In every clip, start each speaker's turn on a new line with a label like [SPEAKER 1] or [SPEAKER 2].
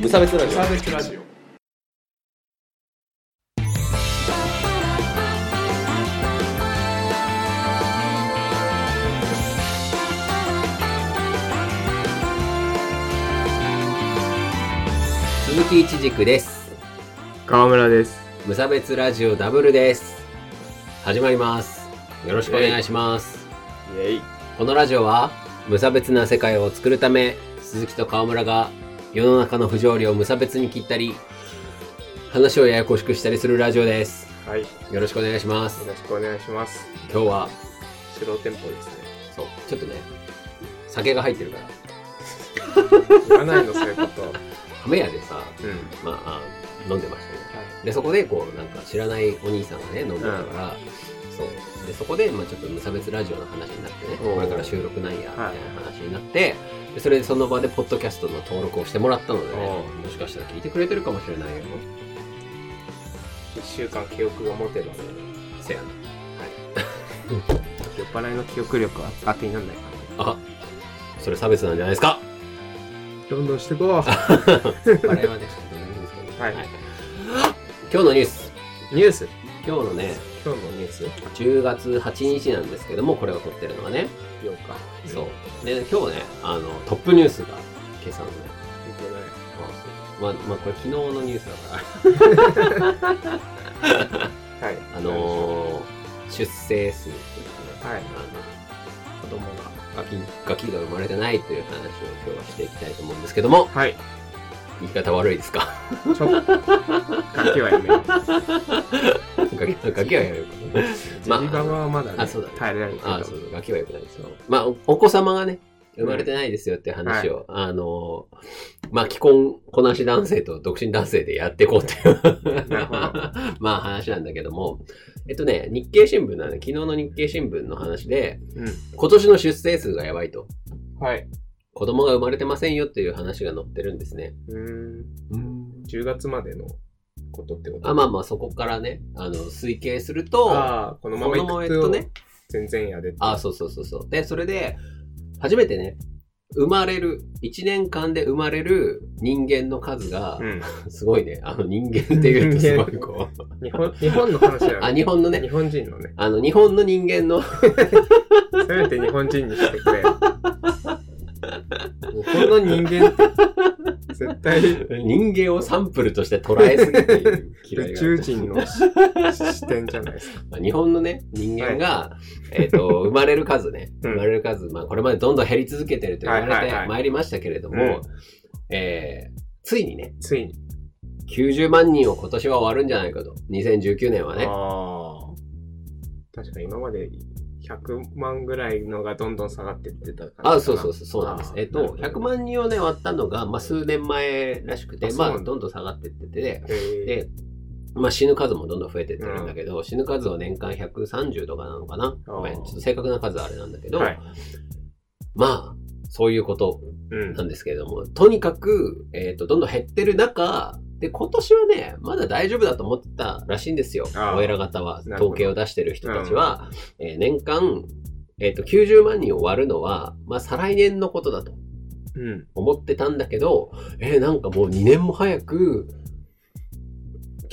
[SPEAKER 1] 無差別ラジオ
[SPEAKER 2] サービスラジオ
[SPEAKER 1] 鈴木一軸です
[SPEAKER 3] 川村です。
[SPEAKER 1] 無差別ラジオダブルです始まりますよろしくお願いします
[SPEAKER 3] イェイ。
[SPEAKER 1] このラジオは無差別な世界を作るため鈴木と川村が世の中の不条理を無差別に切ったり話をややこしくしたりするラジオです
[SPEAKER 3] はい。よ
[SPEAKER 1] よろしくお願いします
[SPEAKER 3] ろしくお願いします。
[SPEAKER 1] 今日は
[SPEAKER 3] 白店舗ですね。
[SPEAKER 1] そうちょっとね酒が入ってるから
[SPEAKER 3] 言わないの、そういうこと。うん。
[SPEAKER 1] 亀屋でさまああ飲んでましたねでそこでこうなんか知らないお兄さんがね飲んでたから、そうでそこで、まあ、ちょっと無差別ラジオの話になってね
[SPEAKER 3] おー
[SPEAKER 1] これから収録なんやみたいな
[SPEAKER 3] はい
[SPEAKER 1] 話になってでそれでその場でポッドキャストの登録をしてもらったのでね
[SPEAKER 3] お
[SPEAKER 1] もしかしたら聞いてくれてるかもしれないよ
[SPEAKER 3] 一週間記憶が持てばね、
[SPEAKER 1] せやな
[SPEAKER 3] 酔っ払いの記憶力は当てにならないからね。
[SPEAKER 1] あそれ差別なんじゃないですか
[SPEAKER 3] どんどんして こう。
[SPEAKER 1] あれはねちょっとねいいんですけどね
[SPEAKER 3] はい
[SPEAKER 1] 今日のニュース
[SPEAKER 3] ニュース。
[SPEAKER 1] 今日のね
[SPEAKER 3] 今日のニュース。
[SPEAKER 1] 10月8日なんですけどもこれを撮ってるのがね
[SPEAKER 3] ようか。
[SPEAKER 1] そうで今日ねあのトップニュースが今朝のね
[SPEAKER 3] 見てない。
[SPEAKER 1] まあ、まあ、これ昨日のニュースだか
[SPEAKER 3] はい。
[SPEAKER 1] ら、あのー、出生数っていうかね、
[SPEAKER 3] はい
[SPEAKER 1] あ
[SPEAKER 3] 子供が。
[SPEAKER 1] のガキ、ガキが生まれてないという話を今日はしていきたいと思うんですけども、
[SPEAKER 3] はい。
[SPEAKER 1] 言い方悪いですか
[SPEAKER 3] ちょっと。ガキはやめよう。
[SPEAKER 1] ガキガキはやめようか
[SPEAKER 3] ジ
[SPEAKER 1] まあ
[SPEAKER 3] リババは まだね、
[SPEAKER 1] あそうだね
[SPEAKER 3] 耐えられるけど。
[SPEAKER 1] ああ、そうそう、ガキはよくないですよ。まあ、おお子様がね、生まれてないですよっていう話を、あのー、まあ、既婚、こなし男性と独身男性でやっていこうっていう
[SPEAKER 3] なるほど。
[SPEAKER 1] まあ話なんだけども、えっとね、日経新聞なんで、昨日の日経新聞の話で、
[SPEAKER 3] う
[SPEAKER 1] 今年の出生数がやばいと。
[SPEAKER 3] ん。はい。
[SPEAKER 1] 子供が生まれてませんよっていう話が載ってるんですね。
[SPEAKER 3] うーん。10月までのことってこと
[SPEAKER 1] あまあまあそこからね、あの、推計すると、
[SPEAKER 3] ああ、このままい
[SPEAKER 1] このまま
[SPEAKER 3] く
[SPEAKER 1] 行くと
[SPEAKER 3] と
[SPEAKER 1] ね
[SPEAKER 3] ね、全然やでって。
[SPEAKER 1] あ、そうそうそうそう。で、それで、初めてね、生まれる、1年間で生まれる人間の数が
[SPEAKER 3] う、ん。
[SPEAKER 1] すごいね、あの人間っていうとすごいこう、
[SPEAKER 3] 日本日本の話だよね。
[SPEAKER 1] あ、日本のね、
[SPEAKER 3] 日本人のね。
[SPEAKER 1] あの、日本の人間の、
[SPEAKER 3] せめて日本人にしてくれ。日本の人間って、絶対
[SPEAKER 1] 人間をサンプルとして捉えすぎている嫌 い
[SPEAKER 3] 宇
[SPEAKER 1] が
[SPEAKER 3] 宙人のし視点じゃないですか。
[SPEAKER 1] まあ日本のね、人間が、えっ、と、生まれる数ね、
[SPEAKER 3] うん
[SPEAKER 1] 生まれる数、まあ、これまでどんどん減り続けてると言わ
[SPEAKER 3] はい
[SPEAKER 1] れ
[SPEAKER 3] はいは
[SPEAKER 1] て
[SPEAKER 3] い
[SPEAKER 1] まいりましたけれども、
[SPEAKER 3] うん
[SPEAKER 1] えーついにね、
[SPEAKER 3] ついに。
[SPEAKER 1] 90万人を今年は終わるんじゃないかと、2019年は
[SPEAKER 3] あ
[SPEAKER 1] ね。
[SPEAKER 3] あ。確か今まで100万ぐらいのがどんどん下がってってたから。
[SPEAKER 1] あそうそうそう、そうなんです。
[SPEAKER 3] あー
[SPEAKER 1] えっ
[SPEAKER 3] なる
[SPEAKER 1] と
[SPEAKER 3] ほ、ど
[SPEAKER 1] 100万人をね、割ったのが、まあ、数年前らしくて
[SPEAKER 3] あ、そう
[SPEAKER 1] ま
[SPEAKER 3] なん
[SPEAKER 1] あ、
[SPEAKER 3] だ
[SPEAKER 1] どんどん下がってってて、
[SPEAKER 3] へー
[SPEAKER 1] で、まあ、死ぬ数もどんどん増えてってるんだけど、死ぬ数は年間130とかなのかな。
[SPEAKER 3] あー
[SPEAKER 1] ごめん、ちょっと正確な数はあれなんだけど、
[SPEAKER 3] はい。
[SPEAKER 1] まあ、そういうこと
[SPEAKER 3] うん
[SPEAKER 1] な。んですけれども、とにかく、えっ、と、どんどん減ってる中、で、今年はね、まだ大丈夫だと思ってたらしいんですよ。
[SPEAKER 3] ああ
[SPEAKER 1] お偉方は、
[SPEAKER 3] なるほど
[SPEAKER 1] 統計を出してる人たちは、えー年間、えっ、と、90万人を割るのは、まあ、再来年のことだと
[SPEAKER 3] うん。
[SPEAKER 1] 思ってたんだけど、えーなんかもう2年も早く、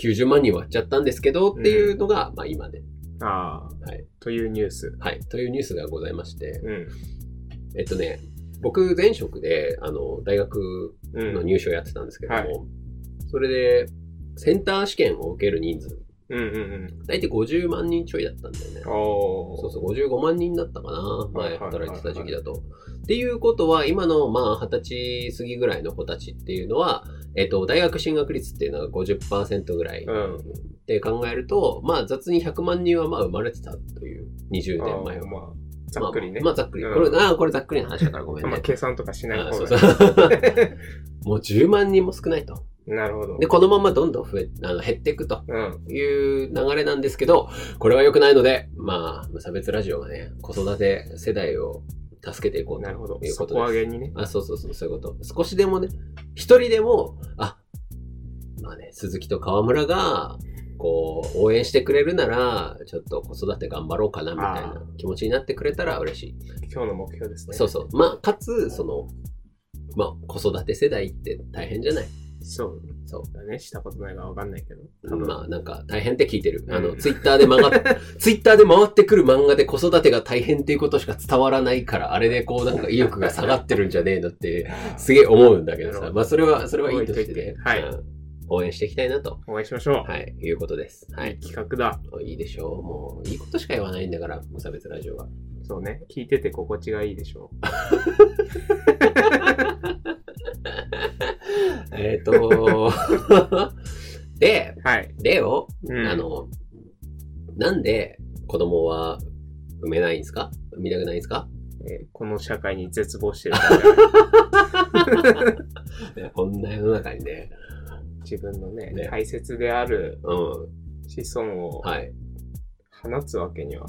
[SPEAKER 1] 90万人割っちゃったんですけど、っていうのが、まあ、今ね。
[SPEAKER 3] ああ。
[SPEAKER 1] はい
[SPEAKER 3] というニュース。
[SPEAKER 1] はい。というニュースがございまして、
[SPEAKER 3] うん。
[SPEAKER 1] えっとね、僕、前職で、あの、大学
[SPEAKER 3] うん。
[SPEAKER 1] の入試をやってたんですけども、
[SPEAKER 3] はい
[SPEAKER 1] それで、センター試験を受ける人数、
[SPEAKER 3] うんうん
[SPEAKER 1] 大体50万人ちょいだったんだよね
[SPEAKER 3] うん。。おー
[SPEAKER 1] そうそう、55万人だったかな、
[SPEAKER 3] はい
[SPEAKER 1] 前
[SPEAKER 3] はいはい
[SPEAKER 1] 働いてた時期だと。っていうことは、今のまあ20歳過ぎぐらいの子たちっていうのは、えっと、大学進学率っていうのが50%ぐらい、
[SPEAKER 3] うん
[SPEAKER 1] って考えると、まあ雑に100万人はまあ生まれてたという、20年前
[SPEAKER 3] あー
[SPEAKER 1] は。
[SPEAKER 3] まあ、ざっくりね。
[SPEAKER 1] まあ、まあざっくり。
[SPEAKER 3] うん
[SPEAKER 1] これ、ああ、これざっくりの話だからごめん
[SPEAKER 3] まあ
[SPEAKER 1] ね。
[SPEAKER 3] 計算とかしない
[SPEAKER 1] あ
[SPEAKER 3] 方
[SPEAKER 1] そう
[SPEAKER 3] が
[SPEAKER 1] そ
[SPEAKER 3] いう
[SPEAKER 1] もう10万人も少ないと。
[SPEAKER 3] い。 なるほど。
[SPEAKER 1] で、このままどんどん増え、あの減っていくと
[SPEAKER 3] うん。
[SPEAKER 1] いう流れなんですけど、これは良くないので、まあ、無差別ラジオがね、子育て世代を助けていこうと。
[SPEAKER 3] なるほど
[SPEAKER 1] と。いうこ
[SPEAKER 3] 底上
[SPEAKER 1] とです。
[SPEAKER 3] げにね。
[SPEAKER 1] あ、そうそうそう、そういうこと。少しでもね、一人でも、あ、まあね、鈴木と川村が、こう、応援してくれるなら、ちょっと子育て頑張ろうかな、みたいな気持ちになってくれたら嬉しい。
[SPEAKER 3] 今日の目標ですね。
[SPEAKER 1] そうそう。まあ、かつ、その、まあ、子育て世代って大変じゃない
[SPEAKER 3] そう
[SPEAKER 1] そう。
[SPEAKER 3] だね。したことないからわかんないけど。
[SPEAKER 1] まあなんか大変って聞いてる。あ
[SPEAKER 3] う
[SPEAKER 1] の、
[SPEAKER 3] ん
[SPEAKER 1] ツイッターで曲がっ、 ツイッターで回ってくる漫画で子育てが大変っていうことしか伝わらないから、あれでこうなんか意欲が下がってるんじゃねえ のって、すげえ思うんだけど
[SPEAKER 3] なるほ
[SPEAKER 1] さ。
[SPEAKER 3] ど
[SPEAKER 1] まあそれは、それはいいとし
[SPEAKER 3] 置いと
[SPEAKER 1] てね。
[SPEAKER 3] いてはい
[SPEAKER 1] うん応援していきたいなと、
[SPEAKER 3] お会いしましょう。
[SPEAKER 1] はい、いうことです。はいい
[SPEAKER 3] い。企画だ。
[SPEAKER 1] いいでしょう。もう、いいことしか言わないんだから、無差別ラジオは。
[SPEAKER 3] そうね。聞いてて心地がいいでしょ
[SPEAKER 1] えっと、 で、
[SPEAKER 3] う。はい。
[SPEAKER 1] 例を、
[SPEAKER 3] うん
[SPEAKER 1] あの、なんで子供は産めないんですか産みたくないんですか
[SPEAKER 3] えーこの社会に絶望してる からじゃない
[SPEAKER 1] いやこんな世の中にね。
[SPEAKER 3] 自分のね
[SPEAKER 1] ね
[SPEAKER 3] 大切である
[SPEAKER 1] うん。
[SPEAKER 3] 子孫を
[SPEAKER 1] はい。
[SPEAKER 3] 放つわけには、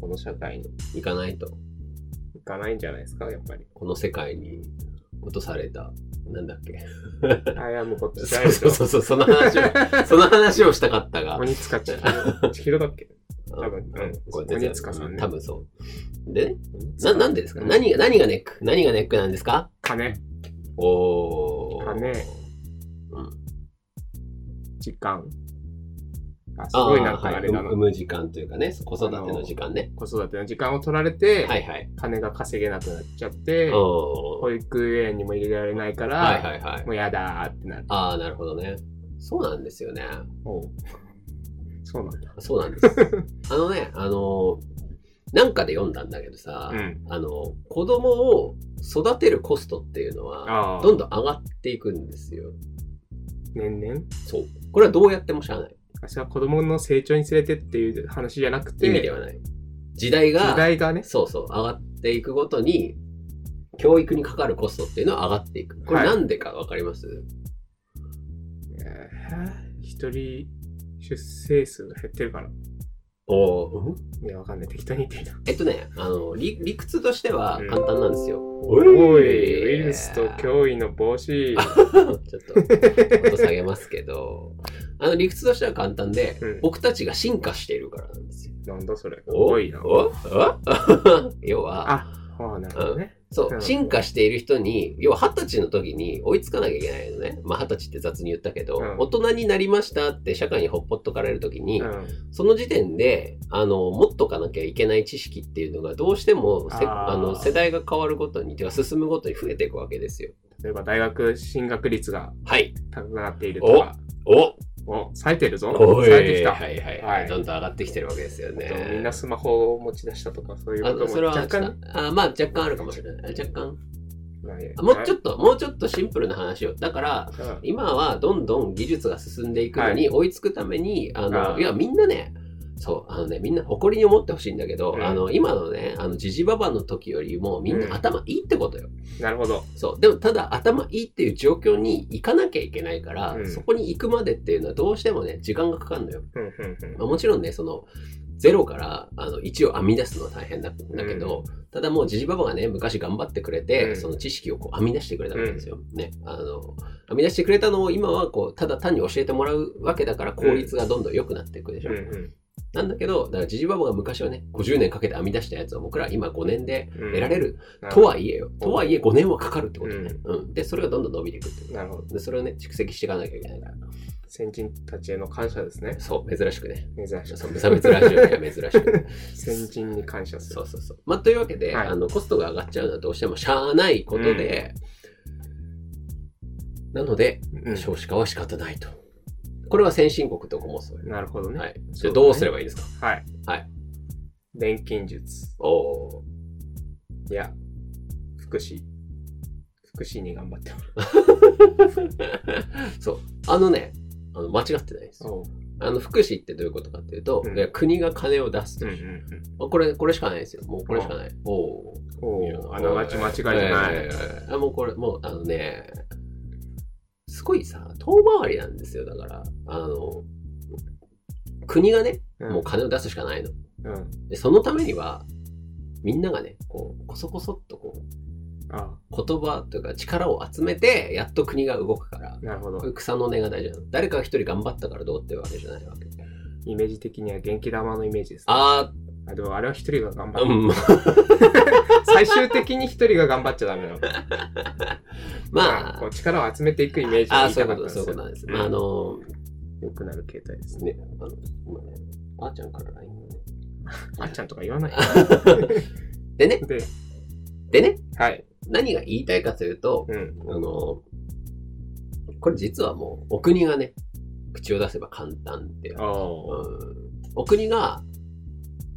[SPEAKER 3] この社会に
[SPEAKER 1] 行かないと。
[SPEAKER 3] いかないんじゃないですか、やっ ぱり。
[SPEAKER 1] この世界に落とされた。なんだっけ。
[SPEAKER 3] I am こっちだ
[SPEAKER 1] そう
[SPEAKER 3] よ。
[SPEAKER 1] そうそうそう、その話を、 その話をしたかったが。
[SPEAKER 3] 鬼塚千尋。千尋だっけ
[SPEAKER 1] うん
[SPEAKER 3] 多分うん
[SPEAKER 1] これ
[SPEAKER 3] 鬼塚さんね
[SPEAKER 1] 多分そう。でね、な、なんでですか何が、何がネック何がネックなんですか
[SPEAKER 3] 金、
[SPEAKER 1] おー。
[SPEAKER 3] 金、
[SPEAKER 1] うん
[SPEAKER 3] 時間。あ、すごいなんかあれだ
[SPEAKER 1] はい
[SPEAKER 3] な
[SPEAKER 1] 産。む時間というかね、子育ての時間ね。
[SPEAKER 3] 子育ての時間を取られて、
[SPEAKER 1] はいはい。
[SPEAKER 3] 金が稼げなくなっちゃって、
[SPEAKER 1] うん
[SPEAKER 3] 保育園にも入れられないから、
[SPEAKER 1] はいはいはい。
[SPEAKER 3] もうやだーってなる。
[SPEAKER 1] ああ、なるほどね。そうなんですよね。
[SPEAKER 3] おうそうなんだ。
[SPEAKER 1] そうなんです。あのね、あの、なんかで読んだんだけどさ、
[SPEAKER 3] うん。
[SPEAKER 1] あの、子供を育てるコストっていうのは、
[SPEAKER 3] ああ。
[SPEAKER 1] どんどん上がっていくんですよ。
[SPEAKER 3] 年々
[SPEAKER 1] そう。これはどうやってもしゃあない。
[SPEAKER 3] 私は子供の成長につれてっていう話じゃなくて、
[SPEAKER 1] 意味ではない。時代が、
[SPEAKER 3] 時代がね、
[SPEAKER 1] そうそう、上がっていくごとに、教育にかかるコストっていうのは上がっていく。これ
[SPEAKER 3] はい
[SPEAKER 1] なんでかわかります、
[SPEAKER 3] えー一人出生数が減ってるから。
[SPEAKER 1] おーうん
[SPEAKER 3] いや、わかんない。適当に言ってみた。
[SPEAKER 1] えっとね、あの、理理屈としては
[SPEAKER 3] うん
[SPEAKER 1] 簡単なんですよ。
[SPEAKER 3] おい、ウイルスと脅威の防止。
[SPEAKER 1] ちょっと、音下げますけど、あの理屈としては簡単で、
[SPEAKER 3] うん
[SPEAKER 1] 僕たちが進化しているからなんですよ。
[SPEAKER 3] なんだそれ。多いな。
[SPEAKER 1] おお 要は、
[SPEAKER 3] あ、ああ、なるほどね。
[SPEAKER 1] そうう、
[SPEAKER 3] ん
[SPEAKER 1] 進化している人に、要は二十歳の時に追いつかなきゃいけないのね。まあ二十歳って雑に言ったけど、
[SPEAKER 3] うん
[SPEAKER 1] 大人になりましたって社会にほっぽっとかれる時に、
[SPEAKER 3] うん。
[SPEAKER 1] その時点で、あの、持っとかなきゃいけない知識っていうのがどうしてもせ
[SPEAKER 3] あー
[SPEAKER 1] あの世代が変わるごとに、てか進むごとに増えていくわけですよ。
[SPEAKER 3] 例えば大学進学率が
[SPEAKER 1] はい。
[SPEAKER 3] 高くなっているとか。
[SPEAKER 1] お
[SPEAKER 3] お、冴えてるぞ。
[SPEAKER 1] おい
[SPEAKER 3] 冴えてきた。
[SPEAKER 1] はいはいは。
[SPEAKER 3] はいい
[SPEAKER 1] どんどん上がってきてるわけですよね。
[SPEAKER 3] みんなスマホを持ち出したとか、そういう
[SPEAKER 1] あ
[SPEAKER 3] こと
[SPEAKER 1] そ
[SPEAKER 3] も
[SPEAKER 1] れは
[SPEAKER 3] 若干。
[SPEAKER 1] あまあ若干あるかもしれない。若干。
[SPEAKER 3] まあ
[SPEAKER 1] もうちょ
[SPEAKER 3] っ
[SPEAKER 1] っと、もうちょっとシンプルな話を。だから、
[SPEAKER 3] と。うん
[SPEAKER 1] 今はどんどん技術が進んでいくのに追いつくために、あの、
[SPEAKER 3] あ
[SPEAKER 1] いや、みんなね、そう、あのね、みんな誇りに思ってほしいんだけど、
[SPEAKER 3] うん
[SPEAKER 1] あの、今のね、あの、ジジババの時よりも、みん
[SPEAKER 3] うん
[SPEAKER 1] な頭いいってことよ。
[SPEAKER 3] なるほど。
[SPEAKER 1] そう。でも、ただ、頭いいっていう状況に行かなきゃいけないから、
[SPEAKER 3] うん
[SPEAKER 1] そこに行くまでっていうのはどうしてもね、時間がかかるのよ。
[SPEAKER 3] うんうん
[SPEAKER 1] まあ、もちろんね、その、ゼロからあの1を編み出すのは大変だだけど、ただもうジジババがね、昔頑張ってくれて、
[SPEAKER 3] うん
[SPEAKER 1] その知識をこう編み出してくれたわけですよ。ね。あの、編み出してくれたのを今はこう、ただ単に教えてもらうわけだから効率がどんどん良くなっていくでし
[SPEAKER 3] う
[SPEAKER 1] ょ。
[SPEAKER 3] ん。うん
[SPEAKER 1] なんだけど、だからジジババが昔はね、50年かけて編み出したやつを僕ら今5年で
[SPEAKER 3] うん。
[SPEAKER 1] 得られる、
[SPEAKER 3] なるほ
[SPEAKER 1] と
[SPEAKER 3] ど。
[SPEAKER 1] はいえよ。とはいえ5年はかかるってことね。うん。で、それがどんどん伸びていくってこと。
[SPEAKER 3] なるほど。
[SPEAKER 1] で、それをね、蓄積していかなきゃいけないから。
[SPEAKER 3] 先人たちへの感謝ですね。
[SPEAKER 1] そう、珍しくね。
[SPEAKER 3] 珍し
[SPEAKER 1] そう無差別ラジオには珍しくね。
[SPEAKER 3] い。先人に感謝する
[SPEAKER 1] そ。うそうそう。まあ、というわけで、
[SPEAKER 3] はい
[SPEAKER 1] あのコストが上がっちゃうのはどうしてもしゃあないことで、なので、
[SPEAKER 3] うん
[SPEAKER 1] 少子化は仕方ないと。これは先進国とかもそうよ。
[SPEAKER 3] なるほどね。
[SPEAKER 1] はい。じ
[SPEAKER 3] そ
[SPEAKER 1] ゃあ
[SPEAKER 3] うだね
[SPEAKER 1] どうすればいいですか
[SPEAKER 3] はい。
[SPEAKER 1] はい。
[SPEAKER 3] 錬金術
[SPEAKER 1] おー
[SPEAKER 3] や福祉。福祉に頑張ってもら
[SPEAKER 1] そう。あのね、あの間違ってないです。
[SPEAKER 3] おう。
[SPEAKER 1] あの、福祉ってどういうことかっていうと、
[SPEAKER 3] うん
[SPEAKER 1] いや国が金を出すと
[SPEAKER 3] うんうんうん。
[SPEAKER 1] あこれ、これしかないですよ。もうこれしかない。おおー。
[SPEAKER 3] おうあながち間違いじゃない。
[SPEAKER 1] えーあもうこれ、もうあのね、すごいさ、遠回りなんですよ。だから、あの、国がね、
[SPEAKER 3] うん
[SPEAKER 1] もう金を出すしかないの。
[SPEAKER 3] うん。
[SPEAKER 1] で、そのためには、みんながね、こう、こそこそっとこ
[SPEAKER 3] あ
[SPEAKER 1] う、言葉というか力を集めて、やっと国が動くから、
[SPEAKER 3] なるほ
[SPEAKER 1] こうい
[SPEAKER 3] ど。
[SPEAKER 1] う草の根が大事なの。誰かが一人頑張ったからどうってわけじゃないわけ。
[SPEAKER 3] イメージ的には元気玉のイメージです、ね。
[SPEAKER 1] あ
[SPEAKER 3] あ、でもあれは一人が頑
[SPEAKER 1] ー、う
[SPEAKER 3] 張る。
[SPEAKER 1] ん、
[SPEAKER 3] 最終的に一人が頑張っちゃダメなの。
[SPEAKER 1] まあ
[SPEAKER 3] こう、力を集めていくイメージ
[SPEAKER 1] あ
[SPEAKER 3] が
[SPEAKER 1] あ、
[SPEAKER 3] 言い
[SPEAKER 1] そうい
[SPEAKER 3] た
[SPEAKER 1] う
[SPEAKER 3] か
[SPEAKER 1] こ
[SPEAKER 3] ったん
[SPEAKER 1] と、
[SPEAKER 3] ですよ
[SPEAKER 1] そういうことなんです。まあ、あの、
[SPEAKER 3] 良くなる形態ですね。
[SPEAKER 1] ね、あの、今ね、あーちゃんから LINE がね
[SPEAKER 3] あっちゃんとか言わない。
[SPEAKER 1] でね、
[SPEAKER 3] で、
[SPEAKER 1] でね、
[SPEAKER 3] はい。
[SPEAKER 1] 何が言いたいかというと、
[SPEAKER 3] うん。
[SPEAKER 1] あの、これ実はもう、お国がね、口を出せば簡単って、
[SPEAKER 3] ああ。
[SPEAKER 1] うん、お国が、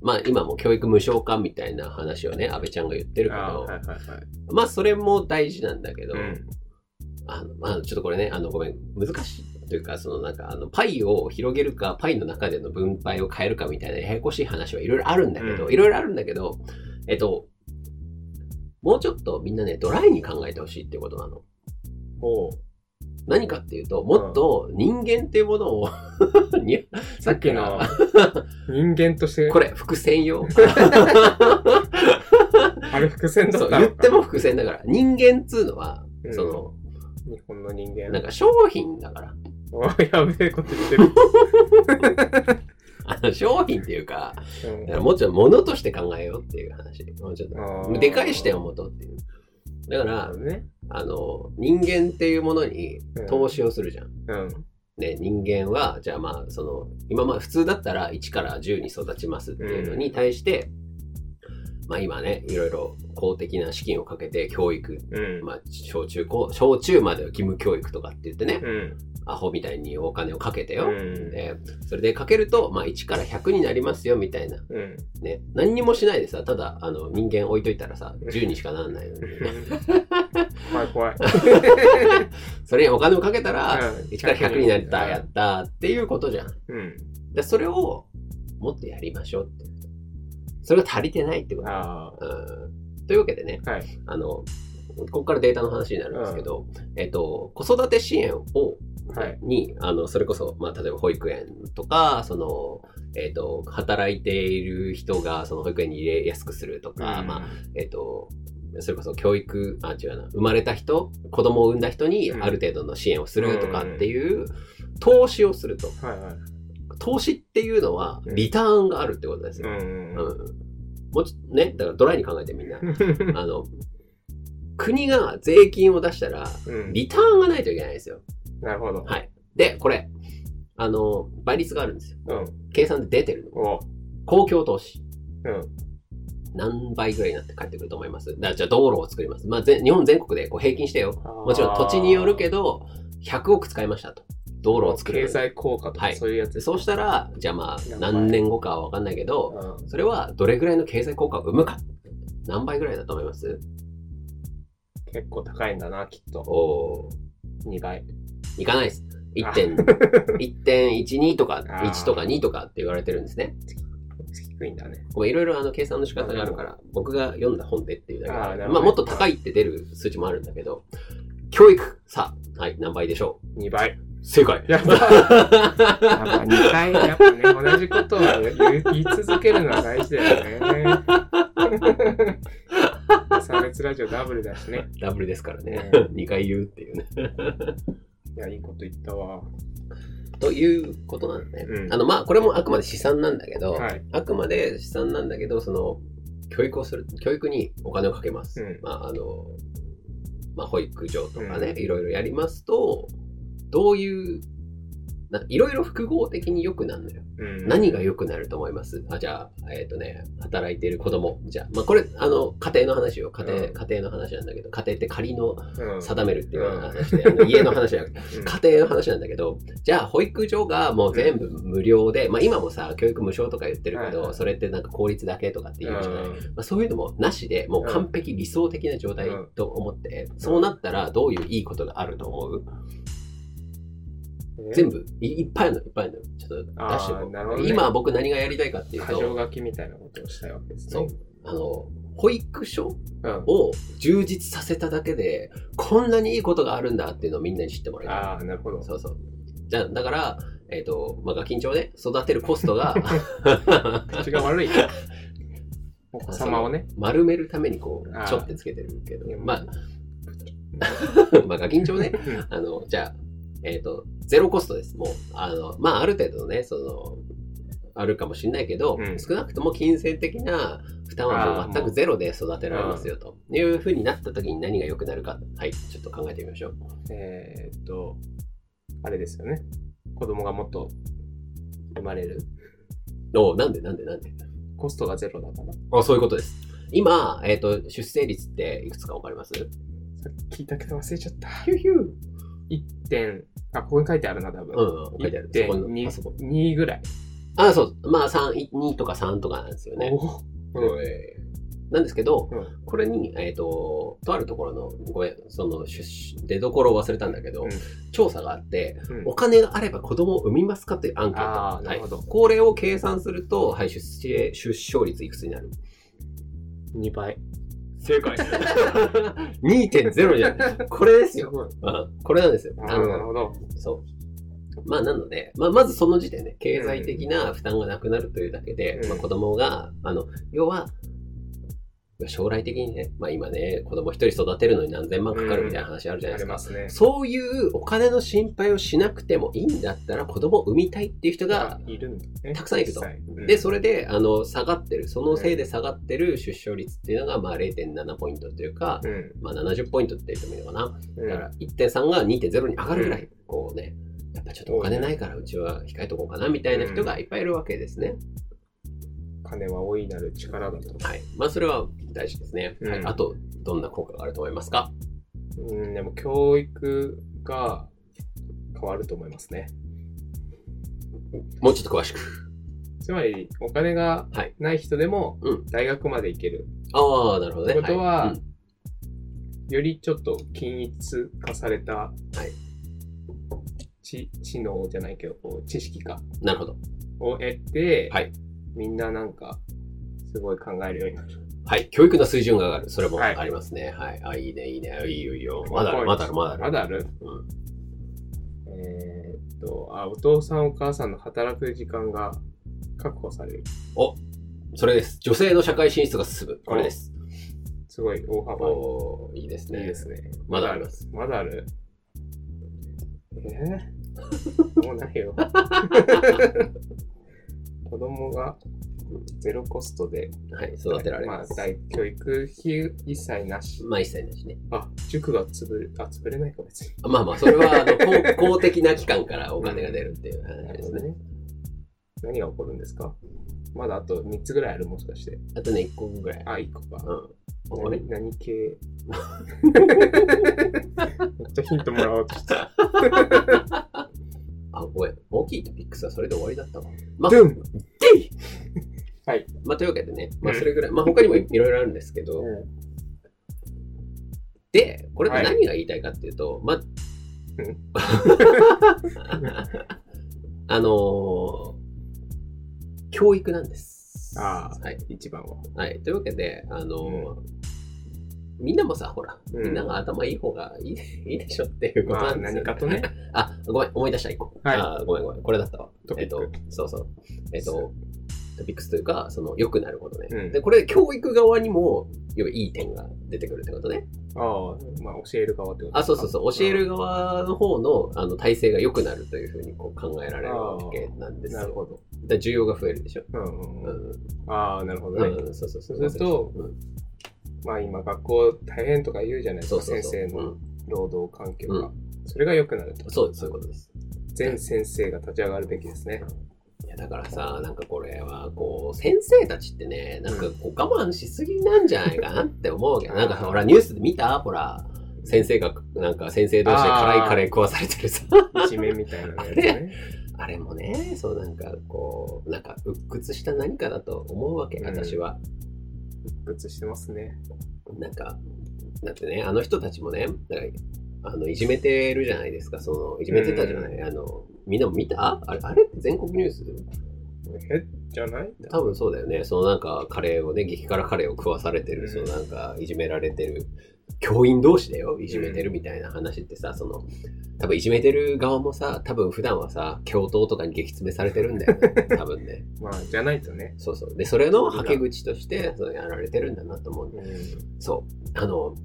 [SPEAKER 1] まあ今も教育無償化みたいな話をね、安倍ちゃんが言ってるけど、
[SPEAKER 3] ああー、はいはいはい。
[SPEAKER 1] まあそれも大事なんだけど、
[SPEAKER 3] うん。
[SPEAKER 1] あの、まあ、ちょっとこれね、あの、ごめん、難しいというか、そのなんか、あの、パイを広げるか、パイの中での分配を変えるかみたいな、ややこしい話はいろいろあるんだけど、
[SPEAKER 3] うん
[SPEAKER 1] いろいろあるんだけど、えっと、もうちょっとみんなね、ドライに考えてほしいってことなの。
[SPEAKER 3] おう
[SPEAKER 1] 何かっていうと、もっと人間っていうもの を、に
[SPEAKER 3] さっきの 人間として、
[SPEAKER 1] これ、伏 線よ。
[SPEAKER 3] あれ伏線だ
[SPEAKER 1] そ
[SPEAKER 3] っ
[SPEAKER 1] う、
[SPEAKER 3] た
[SPEAKER 1] 言
[SPEAKER 3] の
[SPEAKER 1] っ
[SPEAKER 3] か
[SPEAKER 1] ても、伏線だから。人間っつうのは、
[SPEAKER 3] うん
[SPEAKER 1] その、
[SPEAKER 3] 日本の人
[SPEAKER 1] な
[SPEAKER 3] 間
[SPEAKER 1] ん。か商品だから。
[SPEAKER 3] おーやべえこと言ってる。
[SPEAKER 1] あの商品っていうか、
[SPEAKER 3] うん
[SPEAKER 1] だからもうちょっと物として考えようっていう話。もうちょっ
[SPEAKER 3] あ
[SPEAKER 1] と。
[SPEAKER 3] ー
[SPEAKER 1] でかい視点を持とうっていう。だか
[SPEAKER 3] な
[SPEAKER 1] ら
[SPEAKER 3] るほ、どね。
[SPEAKER 1] あの、人間っていうものに
[SPEAKER 3] うん
[SPEAKER 1] 投資をするじゃん。
[SPEAKER 3] うん。
[SPEAKER 1] ね、人間は、じゃあまあ、その、今まあ普通だったら1から10に育ちますっていうのに対して、まあ今ね、いろいろ公的な資金をかけて教育、
[SPEAKER 3] うん。
[SPEAKER 1] まあ小中高、小中までは義務教育とかって言ってね、
[SPEAKER 3] うん。
[SPEAKER 1] アホみたいにお金をかけてよ。
[SPEAKER 3] うん
[SPEAKER 1] でそれでかけると、まあ1から100になりますよみたいな。
[SPEAKER 3] うん。
[SPEAKER 1] ね、何にもしないでさ、ただ、あの、人間置いといたらさ、10にしかなんないのに。
[SPEAKER 3] 怖い怖 い。
[SPEAKER 1] それにお金をかけたら、
[SPEAKER 3] うん
[SPEAKER 1] 1から100になった、
[SPEAKER 3] うん
[SPEAKER 1] やったっていうことじゃん。
[SPEAKER 3] うん。
[SPEAKER 1] で、それを、もっとやりましょうって。それが足りてないってこと。
[SPEAKER 3] あ
[SPEAKER 1] うん。というわけでね、
[SPEAKER 3] あ。はい。
[SPEAKER 1] あの、ここからデータの話になるんですけど、えっと、子育て支援を、
[SPEAKER 3] はい。
[SPEAKER 1] に、あの、それこそ、まあ、例えば保育園とか、その、えっ、と、働いている人が、その保育園に入れやすくするとか、まあ、えっと、それこそ教育、あ、違うな、生まれた人、子供を産んだ人に
[SPEAKER 3] うん
[SPEAKER 1] ある程度の支援をするとかっていう、投資をすると。
[SPEAKER 3] あ。はいはい。
[SPEAKER 1] 投資っていうのは、
[SPEAKER 3] うん
[SPEAKER 1] リターンがあるってことです
[SPEAKER 3] う
[SPEAKER 1] よ。
[SPEAKER 3] ん。
[SPEAKER 1] うん。もうちょっとね、だからドライに考えてみんな。あの、国が税金を出したら、
[SPEAKER 3] うん。
[SPEAKER 1] リターンがないといけないんですよ。
[SPEAKER 3] なるほど。
[SPEAKER 1] はい。で、これ、あの、倍率があるんですよ。
[SPEAKER 3] うん。
[SPEAKER 1] 計算で出てるの。
[SPEAKER 3] おう。
[SPEAKER 1] 公共投資。
[SPEAKER 3] うん。
[SPEAKER 1] 何倍ぐらいになって帰ってくると思いますだからじゃあ道路を作ります。まあ、ぜ日本全国でこう平均してよ。も
[SPEAKER 3] も
[SPEAKER 1] ちろん土地によるけど、100億使いましたと。道路を作る
[SPEAKER 3] 経
[SPEAKER 1] のに。
[SPEAKER 3] 済効果と
[SPEAKER 1] は
[SPEAKER 3] か
[SPEAKER 1] い
[SPEAKER 3] そういうやつ
[SPEAKER 1] でそうしたら、じゃあまあ
[SPEAKER 3] 何倍
[SPEAKER 1] 何年後かはわかんないけど、
[SPEAKER 3] う
[SPEAKER 1] それはどれぐらいの経済効果を生むか。何倍ぐらいだと思います
[SPEAKER 3] ん結構高いんだなきっと
[SPEAKER 1] お
[SPEAKER 3] 2倍
[SPEAKER 1] ーいかないです。
[SPEAKER 3] あ
[SPEAKER 1] 1.1 1.12とか
[SPEAKER 3] あー
[SPEAKER 1] 1とか2とかって言われてるんですね。
[SPEAKER 3] 低いんだね
[SPEAKER 1] こういろいろあの計算の仕方があるから、僕が読んだ本でっていうだけ
[SPEAKER 3] あ
[SPEAKER 1] だ
[SPEAKER 3] ー
[SPEAKER 1] か
[SPEAKER 3] なる
[SPEAKER 1] ら、
[SPEAKER 3] ほ
[SPEAKER 1] ま
[SPEAKER 3] ど
[SPEAKER 1] あもっと高いって出る数値もあるんだけど、教育さあ、はい、何倍でしょう
[SPEAKER 3] 2倍
[SPEAKER 1] 正解
[SPEAKER 3] やっぱ2回やっぱね同じことを言う言い続けるのは大事だよね差別ラジオダブルだしね
[SPEAKER 1] ダブルですからね。
[SPEAKER 3] う
[SPEAKER 1] 2回言うっていうね。
[SPEAKER 3] いやいいこと言ったわ
[SPEAKER 1] ということなんだね。
[SPEAKER 3] うん
[SPEAKER 1] あの、まあ、これもあくまで試算なんだけど、
[SPEAKER 3] はい
[SPEAKER 1] あくまで試算なんだけど、その、教育をする、教育にお金をかけます。
[SPEAKER 3] うん
[SPEAKER 1] まあ、あの、まあ、保育所とかね、
[SPEAKER 3] うん
[SPEAKER 1] いろいろやりますと、どういう、ないろいろ複合的に良くなるの
[SPEAKER 3] う
[SPEAKER 1] よ。
[SPEAKER 3] ん
[SPEAKER 1] 何が良くなると思いますあじゃあ、えっ、とね、働いている子供。じゃあ、まあ、これ、あの、家庭の話よ。家庭、
[SPEAKER 3] うん
[SPEAKER 1] 家庭の話なんだけど、家庭って仮の
[SPEAKER 3] うん
[SPEAKER 1] 定めるっていう
[SPEAKER 3] うん
[SPEAKER 1] 話で、あの家の話じゃなくて、
[SPEAKER 3] うん
[SPEAKER 1] 家庭の話なんだけど、じゃあ、保育所がもう全部無料で、まあ、今もさ、教育無償とか言ってるけ
[SPEAKER 3] はい
[SPEAKER 1] ど、
[SPEAKER 3] はい
[SPEAKER 1] それってなんか効率だけとかって言うじゃない。
[SPEAKER 3] う
[SPEAKER 1] ま
[SPEAKER 3] ん
[SPEAKER 1] あ、そういうのもなしで、もう完璧理想的な状態
[SPEAKER 3] うん
[SPEAKER 1] と思って、そうなったらどういういいことがあると思う
[SPEAKER 3] え
[SPEAKER 1] 全部い、いっぱいあるの、いっぱいあるの。ちょっと出して
[SPEAKER 3] あーなるほ
[SPEAKER 1] こ
[SPEAKER 3] ど
[SPEAKER 1] う。
[SPEAKER 3] ね
[SPEAKER 1] 今僕何がやりたいかっていう
[SPEAKER 3] 過
[SPEAKER 1] と、
[SPEAKER 3] 剰書きみたいなことをしたいわけですね
[SPEAKER 1] そう。あの、保育所
[SPEAKER 3] うん
[SPEAKER 1] を充実させただけで、こんなにいいことがあるんだっていうのをみんなに知ってもらいたい。
[SPEAKER 3] ああなるほど
[SPEAKER 1] そうそう。じゃあ、だから、えっ、と、まあ、ガキンチョをね、育てるコス トが、
[SPEAKER 3] 口が悪いお子様をね
[SPEAKER 1] 丸めるためにこ
[SPEAKER 3] あ
[SPEAKER 1] う、
[SPEAKER 3] ー
[SPEAKER 1] ちょってつけてるけど
[SPEAKER 3] いや、
[SPEAKER 1] まあ、 まあ、ガキンチョをね、あの、じゃあ、えっ、と、ゼロコストです。もう、あの、まあ、ある程度のね、その、あるかもしれないけど、
[SPEAKER 3] うん
[SPEAKER 1] 少なくとも金銭的な負担はもう全くゼロで育てられますよというふうになった時に何が良くなるか、はい、ちょっと考えてみましょう。
[SPEAKER 3] えーっと、あれですよね。子供がもっと生まれる。
[SPEAKER 1] おうなんでなんでなんで
[SPEAKER 3] コストがゼロだから。
[SPEAKER 1] あそういうことです。今、えっ、と、出生率っていくつかわかります
[SPEAKER 3] さっき聞いたけど忘れちゃった。ヒューヒュー。1点、あ、ここに書いてあるな、多
[SPEAKER 1] う
[SPEAKER 3] 分。
[SPEAKER 1] ん、うん、書いてある。そこのパソコン。
[SPEAKER 3] 1.2ぐらい。
[SPEAKER 1] あ、そう。まあ、三2とか3とかなんですよね。
[SPEAKER 3] おー
[SPEAKER 1] えーなんですけど、
[SPEAKER 3] うん
[SPEAKER 1] これに、えっ、と、とあるところの、ごめん、その、出出どころを忘れたんだけど、
[SPEAKER 3] うん
[SPEAKER 1] 調査があって、
[SPEAKER 3] うん
[SPEAKER 1] お金があれば子供を産みますかというアンケート。
[SPEAKER 3] ああ、なるほど。
[SPEAKER 1] これを計算すると、はい、出生出生率いくつになる
[SPEAKER 3] 2倍。
[SPEAKER 1] 正解 !2.0 じゃん。これです
[SPEAKER 3] す
[SPEAKER 1] よ。
[SPEAKER 3] ごい。
[SPEAKER 1] うん、これなんですよ。
[SPEAKER 3] あーなるほど。
[SPEAKER 1] そう。まあ、なので、まあ、まずその時点で、経済的な負担がなくなるというだけで、
[SPEAKER 3] うん
[SPEAKER 1] まあ、子供が、あの、要は、将来的にね、まあ今ね、子供一人育てるのに何千万かかるみたいな話あるじゃな
[SPEAKER 3] あ
[SPEAKER 1] い
[SPEAKER 3] り
[SPEAKER 1] ですか。
[SPEAKER 3] ますね。
[SPEAKER 1] そういうお金の心配をしなくてもいいんだったら、子供を産みたいっていう人が、
[SPEAKER 3] いるんだね。
[SPEAKER 1] たくさんいると
[SPEAKER 3] 実際。うん
[SPEAKER 1] で、それで、あの、下がってる、そのせいで下がってる出生率っていうのが、まあ0.7ポイントというか、
[SPEAKER 3] うん。
[SPEAKER 1] まあ70ポイントって言ってもいいのかな。
[SPEAKER 3] うん
[SPEAKER 1] だから1.3が2.0に上がるぐらい、こうね、やっぱちょっとお金
[SPEAKER 3] そうね
[SPEAKER 1] ないからうちは控えとこうかなみたいな人がいっぱいいるわけですね。
[SPEAKER 3] 金は大いなる力だと。
[SPEAKER 1] はい。まあそれは大事ですね。
[SPEAKER 3] うん
[SPEAKER 1] はい、あと、どんな効果があると思いますか
[SPEAKER 3] うん、でも教育が変わると思いますね。
[SPEAKER 1] もうちょっと詳しく。
[SPEAKER 3] つまり、お金が
[SPEAKER 1] はい
[SPEAKER 3] ない人でも
[SPEAKER 1] うん
[SPEAKER 3] 大学まで行ける。
[SPEAKER 1] ああ、なるほどね。
[SPEAKER 3] ってことは
[SPEAKER 1] いう
[SPEAKER 3] よりちょっと均一化された、知知能じゃないけど、こう知識化
[SPEAKER 1] んなるほど。
[SPEAKER 3] を得て、
[SPEAKER 1] はい
[SPEAKER 3] みんななんか、すごい考えるようになる。
[SPEAKER 1] はい。教育の水準が上がる。それも
[SPEAKER 3] はい
[SPEAKER 1] ありますね。はい。あ、いいね、いいね。いいよ、いいよ。まだある、まだある、まだある。
[SPEAKER 3] まだある
[SPEAKER 1] うん
[SPEAKER 3] えーっと、あ、お父さんお母さんの働く時間が確保される。
[SPEAKER 1] それです。女性の社会進出が進む。これです。
[SPEAKER 3] すごい大幅に。
[SPEAKER 1] おーいいです
[SPEAKER 3] いい
[SPEAKER 1] ね
[SPEAKER 3] で。すね。
[SPEAKER 1] まだあります。
[SPEAKER 3] まだあるえ ー、もうないよ。 子供がゼロコストで
[SPEAKER 1] はい。育てられます。
[SPEAKER 3] まあ、大教育費一切なし。
[SPEAKER 1] まあ一切なしね。
[SPEAKER 3] あ、塾が潰れ、あ、潰れないか別に。
[SPEAKER 1] まあまあ、それは、あの、 公公的な機関からお金が出るっていう話ですね。
[SPEAKER 3] ね。何が起こるんですかまだあと3つぐらいあるもしかして。
[SPEAKER 1] あとね、1個ぐらい。
[SPEAKER 3] あ、1個か。
[SPEAKER 1] うん。これ
[SPEAKER 3] 何何系 めっちゃヒントもらおうとした。
[SPEAKER 1] あ、ごめん。大きいトピックスはそれで終わりだったわ。まあ、
[SPEAKER 3] ドゥンはい。
[SPEAKER 1] まあ、というわけでね、まあ、
[SPEAKER 3] うん
[SPEAKER 1] それぐらい、まあ、他にもいろいろあるんですけど、
[SPEAKER 3] う
[SPEAKER 1] で、これで何が言いたいかっていうと、まあ、 あのー教育なんです。
[SPEAKER 3] あー
[SPEAKER 1] はい。
[SPEAKER 3] ん、一番は。
[SPEAKER 1] はい。というわけで、あのーみんなもさ、ほら、
[SPEAKER 3] うん
[SPEAKER 1] みんなが頭いい方がいい いいでしょっていうこと
[SPEAKER 3] ま
[SPEAKER 1] な
[SPEAKER 3] あ
[SPEAKER 1] んです
[SPEAKER 3] 何
[SPEAKER 1] よ、
[SPEAKER 3] かとね。
[SPEAKER 1] あ、ごめん、思い出した、一個。
[SPEAKER 3] はい
[SPEAKER 1] あごめん、ごめん、これだったわ。
[SPEAKER 3] トピ
[SPEAKER 1] え
[SPEAKER 3] ック
[SPEAKER 1] っと、そうそう。えっと、トピックスというか、その、良くなることね。
[SPEAKER 3] うん
[SPEAKER 1] で、これ、教育側にも、要はいい点が出てくるってことね。
[SPEAKER 3] ああ、まあ教える側ってこと
[SPEAKER 1] あ、そうそうそう。教える側の方の、あの、体制が良くなるというふうにこう考えられるわけなんで
[SPEAKER 3] ですす。なる
[SPEAKER 1] よ。
[SPEAKER 3] ほど。
[SPEAKER 1] だから需要が増えるでしょ。
[SPEAKER 3] うんうん
[SPEAKER 1] う
[SPEAKER 3] うん、
[SPEAKER 1] ん。
[SPEAKER 3] ああ、なるほどね。
[SPEAKER 1] うん、そうそうそう。
[SPEAKER 3] そうすると
[SPEAKER 1] うん、
[SPEAKER 3] まあ今学校大変とか言うじゃないです
[SPEAKER 1] そう
[SPEAKER 3] か、
[SPEAKER 1] そうそう。
[SPEAKER 3] 先生
[SPEAKER 1] う
[SPEAKER 3] の
[SPEAKER 1] ん
[SPEAKER 3] 労働環境
[SPEAKER 1] う
[SPEAKER 3] が。それが良くなると。
[SPEAKER 1] そう、そういうことです。
[SPEAKER 3] 全先生が立ち上がるべきです ね。
[SPEAKER 1] いやだからさ、なんかこれは、こう、先生たちってね、なんかこう我慢しすぎなんじゃないかなって思うけど、なんかほら、ニュースで見たほら、先生が、なんか先生同士で辛いカレー食わされてるさ。
[SPEAKER 3] 一面みたいなやつね。
[SPEAKER 1] あれもね、そうなんかこう、なんか鬱屈した何かだと思うわけ、
[SPEAKER 3] うん
[SPEAKER 1] 私は。
[SPEAKER 3] 復活してますね。
[SPEAKER 1] なんか、だってね、あの人たちもね、なんかあの、いじめてるじゃないですか、その、いじめてたじゃない、あの、みんなも見たあれ、あれって全国ニュース
[SPEAKER 3] え、じゃない
[SPEAKER 1] 多分そうだよね。そのなんかカレーをね、激辛カレーを食わされてる、
[SPEAKER 3] うん
[SPEAKER 1] そのなんかいじめられてる、教員同士だよ、いじめてるみたいな話ってさ、その、多分いじめてる側もさ、多分普段はさ、教頭とかに激詰めされてるんだよね、多分ね。
[SPEAKER 3] まあ、じゃないとね。
[SPEAKER 1] そうそう。で、それのはけ口として、そのやられてるんだなと思う。
[SPEAKER 3] うん。
[SPEAKER 1] そう。あの、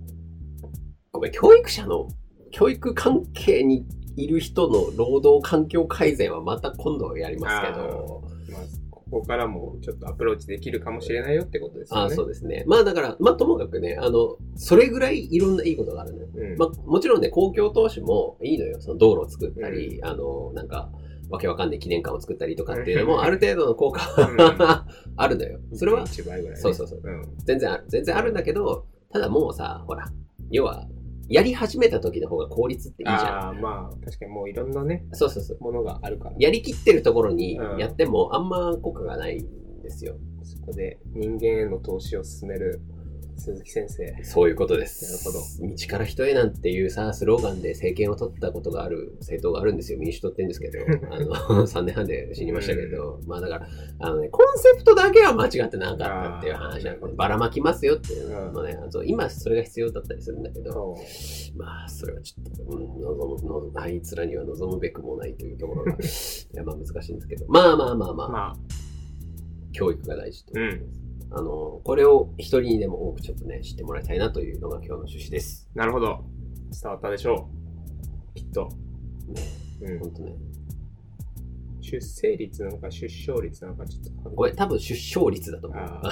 [SPEAKER 1] ごめん、教育者の、教育関係にいる人の労働環境改善はまた今度やりますけど、
[SPEAKER 3] まあ、ここからもちょっとアプローチできるかもしれないよってことですよね。
[SPEAKER 1] あそうですね。まあだから、まあともかくね、あの、それぐらいいろんないいことがあるのよ。
[SPEAKER 3] うん。
[SPEAKER 1] まあもちろんね、公共投資もいいのよ。その道路を作ったり、あの、なんか、わけわかんない記念館を作ったりとかっていうのも、ある程度の効果は あるのよ。それは
[SPEAKER 3] 1倍ぐらい、ね。
[SPEAKER 1] そうそうそう。
[SPEAKER 3] うん。
[SPEAKER 1] 全然ある。全然あるんだけど、ただもうさ、ほら、要は、やり始めた時の方が効率っていいじゃん。
[SPEAKER 3] ああ、まあ、確かにもういろんなね、
[SPEAKER 1] そうそうそう。
[SPEAKER 3] ものがあるから。
[SPEAKER 1] やりきってるところに
[SPEAKER 3] うん
[SPEAKER 1] やっても、あんま効果がないんですよ。
[SPEAKER 3] そこで人間への投資を進める鈴木先生。
[SPEAKER 1] そういうことです。
[SPEAKER 3] なるほど
[SPEAKER 1] 道から人へなんていうさ、スローガンで政権を取ったことがある政党があるんですよ。民主党って言うんですけ ど、あの、3年半で死にましたけど、まあだから、あのね、コンセプトだけは間違ってなかったっていう話なん
[SPEAKER 3] あーなる
[SPEAKER 1] で
[SPEAKER 3] ほど
[SPEAKER 1] ばらまきますよっていうのもね、そう今それが必要だったりするんだけど、
[SPEAKER 3] そ
[SPEAKER 1] まあ、それはちょっと、うん、望む、望むあいつらには望むべくもないというとこ ろが、いや、まあ難しいんですけど、まあまあまあまあ、
[SPEAKER 3] う。まあ、
[SPEAKER 1] 教育が大事と。
[SPEAKER 3] うん。
[SPEAKER 1] あの、これを一人にでも多くちょっとね、知ってもらいたいなというのが今日の趣旨です。
[SPEAKER 3] なるほど。伝わったでしょう。きっと。
[SPEAKER 1] ね、
[SPEAKER 3] うん
[SPEAKER 1] ほんとね。
[SPEAKER 3] 出生率なのか出生率なのかちょっと。
[SPEAKER 1] これ多分出生率だと思う。
[SPEAKER 3] あ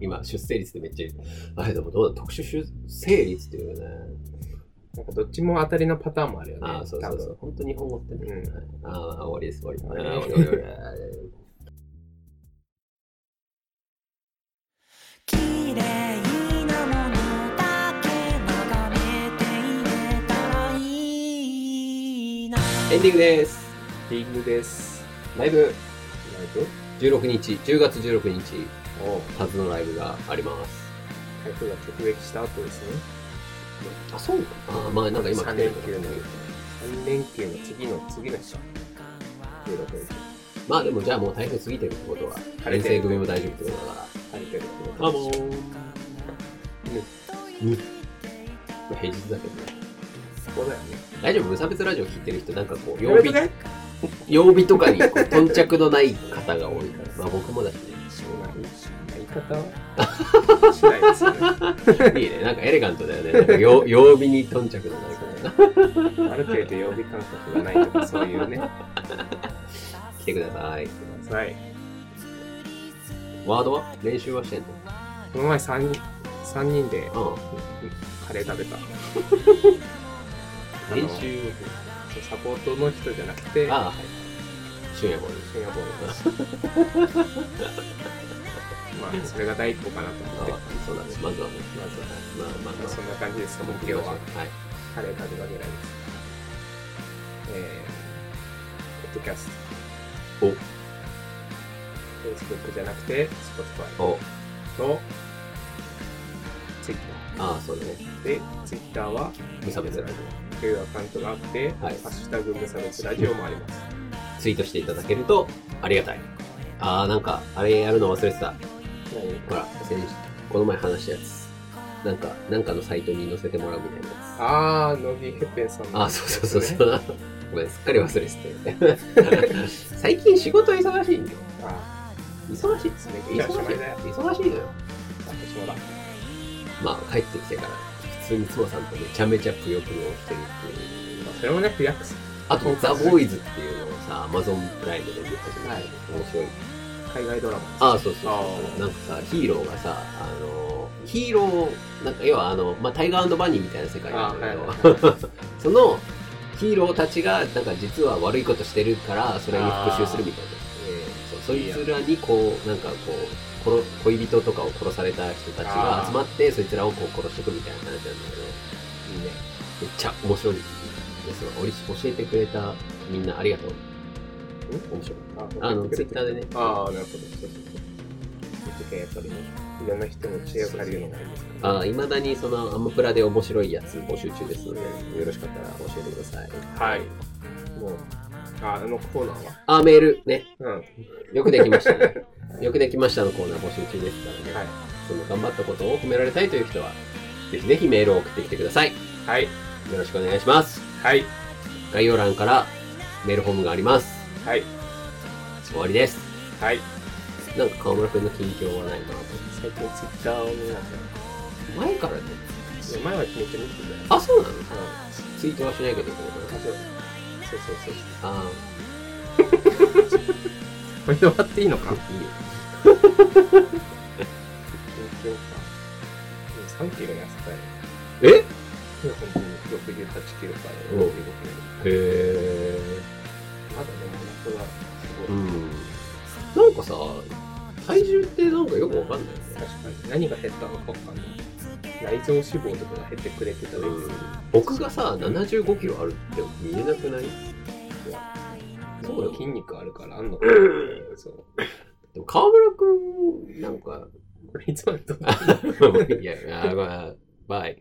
[SPEAKER 1] 今、出生率でめっちゃ言う、あれでもどうだ、特殊出生率っていうね。
[SPEAKER 3] ーなんかどっちも当たりのパターンもあるよね。
[SPEAKER 1] ああ、そうそうそう。本当に日本語ってね。
[SPEAKER 3] うん
[SPEAKER 1] はいああ、終わりです、終わり。
[SPEAKER 3] 終わり
[SPEAKER 1] ああ終わり終わりああ
[SPEAKER 2] 「きれいなものだけ眺めていれたらいいな」
[SPEAKER 1] エンディングです。
[SPEAKER 3] リングです。
[SPEAKER 1] ライブ
[SPEAKER 3] ライブ
[SPEAKER 1] 16日、10月16日、
[SPEAKER 3] おう
[SPEAKER 1] カズのライブがあります。
[SPEAKER 3] 台風が直撃した後ですね。
[SPEAKER 1] あ、そうか。あまあ、なんか今
[SPEAKER 3] 3
[SPEAKER 1] 来て
[SPEAKER 3] 連
[SPEAKER 1] るけ
[SPEAKER 3] 休
[SPEAKER 1] ど
[SPEAKER 3] の、3連休の次の次の日。16日。
[SPEAKER 1] まあでも、じゃあもう台風過ぎてるってことは、
[SPEAKER 3] 晴れ
[SPEAKER 1] 遠
[SPEAKER 3] て
[SPEAKER 1] 征
[SPEAKER 3] る
[SPEAKER 1] 組も大丈夫ってことだか
[SPEAKER 3] 晴れてるってこと
[SPEAKER 1] ら。あ、もう。
[SPEAKER 3] ね
[SPEAKER 1] 平日だけどね。
[SPEAKER 3] そこだよね。
[SPEAKER 1] 大丈夫無差別ラジオ聞いてる人、なんかこう、
[SPEAKER 3] や
[SPEAKER 1] 曜
[SPEAKER 3] め
[SPEAKER 1] 日
[SPEAKER 3] と、け
[SPEAKER 1] 曜日とかにこう頓着のない方が多いから。まあ僕もだしね。
[SPEAKER 3] そんな言い方はしないですよね。
[SPEAKER 1] いいね。なんかエレガントだよね。なんか曜曜日に頓着のない方が
[SPEAKER 3] ある程度曜日感覚がないとか、そういうね。
[SPEAKER 1] 来てください。
[SPEAKER 3] はい。
[SPEAKER 1] ワードは練習はしてんの
[SPEAKER 3] この前3人、三人で
[SPEAKER 1] うん。
[SPEAKER 3] カレー食べた。
[SPEAKER 1] 練習
[SPEAKER 3] サポートの人じゃなくて、
[SPEAKER 1] ああ、はい。深夜ボール。
[SPEAKER 3] シンガポールです。まあ、それが第一歩かなと思
[SPEAKER 1] あ
[SPEAKER 3] って、
[SPEAKER 1] あそうなんです。まずはね。
[SPEAKER 3] まずは、
[SPEAKER 1] まあまあま
[SPEAKER 3] まあ、そ
[SPEAKER 1] あ。
[SPEAKER 3] んな感じですか、目
[SPEAKER 1] 目
[SPEAKER 3] 標
[SPEAKER 1] 標は。
[SPEAKER 3] は。
[SPEAKER 1] い。
[SPEAKER 3] カレー食べたぐらいです。えー、ポッドキャスト。
[SPEAKER 1] お
[SPEAKER 3] Facebook じゃなくて、Spotify
[SPEAKER 1] お、
[SPEAKER 3] と Twitter。
[SPEAKER 1] ああ、そうだね。
[SPEAKER 3] で、Twitter は、
[SPEAKER 1] 無差別ラジ
[SPEAKER 3] というアカウントがあって、
[SPEAKER 1] はい
[SPEAKER 3] ハッシュタグ無差別ラジオもあります。
[SPEAKER 1] オ。ツイートしていただけるとありがたい。ああ、なんか、あれやるの忘れてた。ほら、先日、この前話したやつ。なんか、なんかのサイトに載せてもらうみたいなやつ。
[SPEAKER 3] あー、乃木ヘッペンさんの
[SPEAKER 1] ああ、そうそうそうそう。 ごめん、すっかり忘れてた。 最近仕事忙しいんよ。
[SPEAKER 3] あ
[SPEAKER 1] 忙しいっすね。
[SPEAKER 3] ー、めっちゃおし
[SPEAKER 1] 忙
[SPEAKER 3] ま
[SPEAKER 1] しい
[SPEAKER 3] いだよ。。
[SPEAKER 1] 忙しいのよ。
[SPEAKER 3] 私もだ。
[SPEAKER 1] まあ、帰ってきてから、普通に妻さんとめちゃめちゃぷよぷよをしてるっていう。
[SPEAKER 3] それもね、リラックス。
[SPEAKER 1] あと、ザ・ボーイズっていうのをさ、アマゾンプライムで見て始めた
[SPEAKER 3] はい
[SPEAKER 1] 面白い。
[SPEAKER 3] 海外ドラマです。
[SPEAKER 1] ああ、そうそう
[SPEAKER 3] あ
[SPEAKER 1] そう。
[SPEAKER 3] ー
[SPEAKER 1] なんかさ、ヒーローがさ、あの、ヒーロー、なんか要はあの、まあ、タイガーバニーみたいな世界なんだけど、 そのヒーローたちが、なんか実は悪いことしてるから、それに復讐するみたいな。そうそいつらにこう、なんかこう、殺恋人とかを殺された人たちが集まって、そいつらをこう殺していくみたいな話なんだけど、
[SPEAKER 3] いいね。
[SPEAKER 1] めっちゃ面白いですよ。おり教えてくれたみんなありがとう。面白い。あの、ツイッターでね。
[SPEAKER 3] あー、なるほど。そうそうそう。見ててやっぱりね、いろんな人の知恵を借りるのがいいですから、
[SPEAKER 1] あいまだにそのアマプラで面白いやつ募集中ですので、
[SPEAKER 3] うん
[SPEAKER 1] よろしかったら教えてください。
[SPEAKER 3] はい。もう、ああのコーナーは。
[SPEAKER 1] あ、メールね。
[SPEAKER 3] うん。は
[SPEAKER 1] よくできましたね。 よくできましたのコーナー募集中ですからね。
[SPEAKER 3] い。
[SPEAKER 1] その頑張ったことを褒められたいという人は、ぜひぜひメールを送ってきてください。よ
[SPEAKER 3] はい。
[SPEAKER 1] ろしくお願いします。
[SPEAKER 3] はい。
[SPEAKER 1] 概要欄からメールフォームがあります。
[SPEAKER 3] はい。
[SPEAKER 1] 終わりです。
[SPEAKER 3] はい。
[SPEAKER 1] なんか川村くんの近況はないかなと。
[SPEAKER 3] 最近ツイッターを見なさ
[SPEAKER 1] 前からね。
[SPEAKER 3] い。前は決めてみてたよ。
[SPEAKER 1] あ、そうなの
[SPEAKER 3] うん。
[SPEAKER 1] ツイートはしないけど、こ
[SPEAKER 3] そうそうそうそう。
[SPEAKER 1] あ
[SPEAKER 3] これで終わっていいのか
[SPEAKER 1] いいよ
[SPEAKER 3] 東京か。3キロ痩せたよ。
[SPEAKER 1] え
[SPEAKER 3] いや本当に68キロから
[SPEAKER 1] うん
[SPEAKER 3] 65キ
[SPEAKER 1] へえ
[SPEAKER 3] ロ。まだでも本当はす
[SPEAKER 1] う
[SPEAKER 3] ごい。
[SPEAKER 1] んなんかさ体重ってなんかよくわかんないよね
[SPEAKER 3] 確かに何が減ったのかわかんない。内臓脂肪とかが減ってくれてたらいいですけ
[SPEAKER 1] 僕がさ75キロあるって見えなくない
[SPEAKER 3] ど
[SPEAKER 1] そうよ
[SPEAKER 3] 筋肉あるからあんのかそう。
[SPEAKER 1] でも川村くんなんか
[SPEAKER 3] これいつまでどう
[SPEAKER 1] いやあまあバイ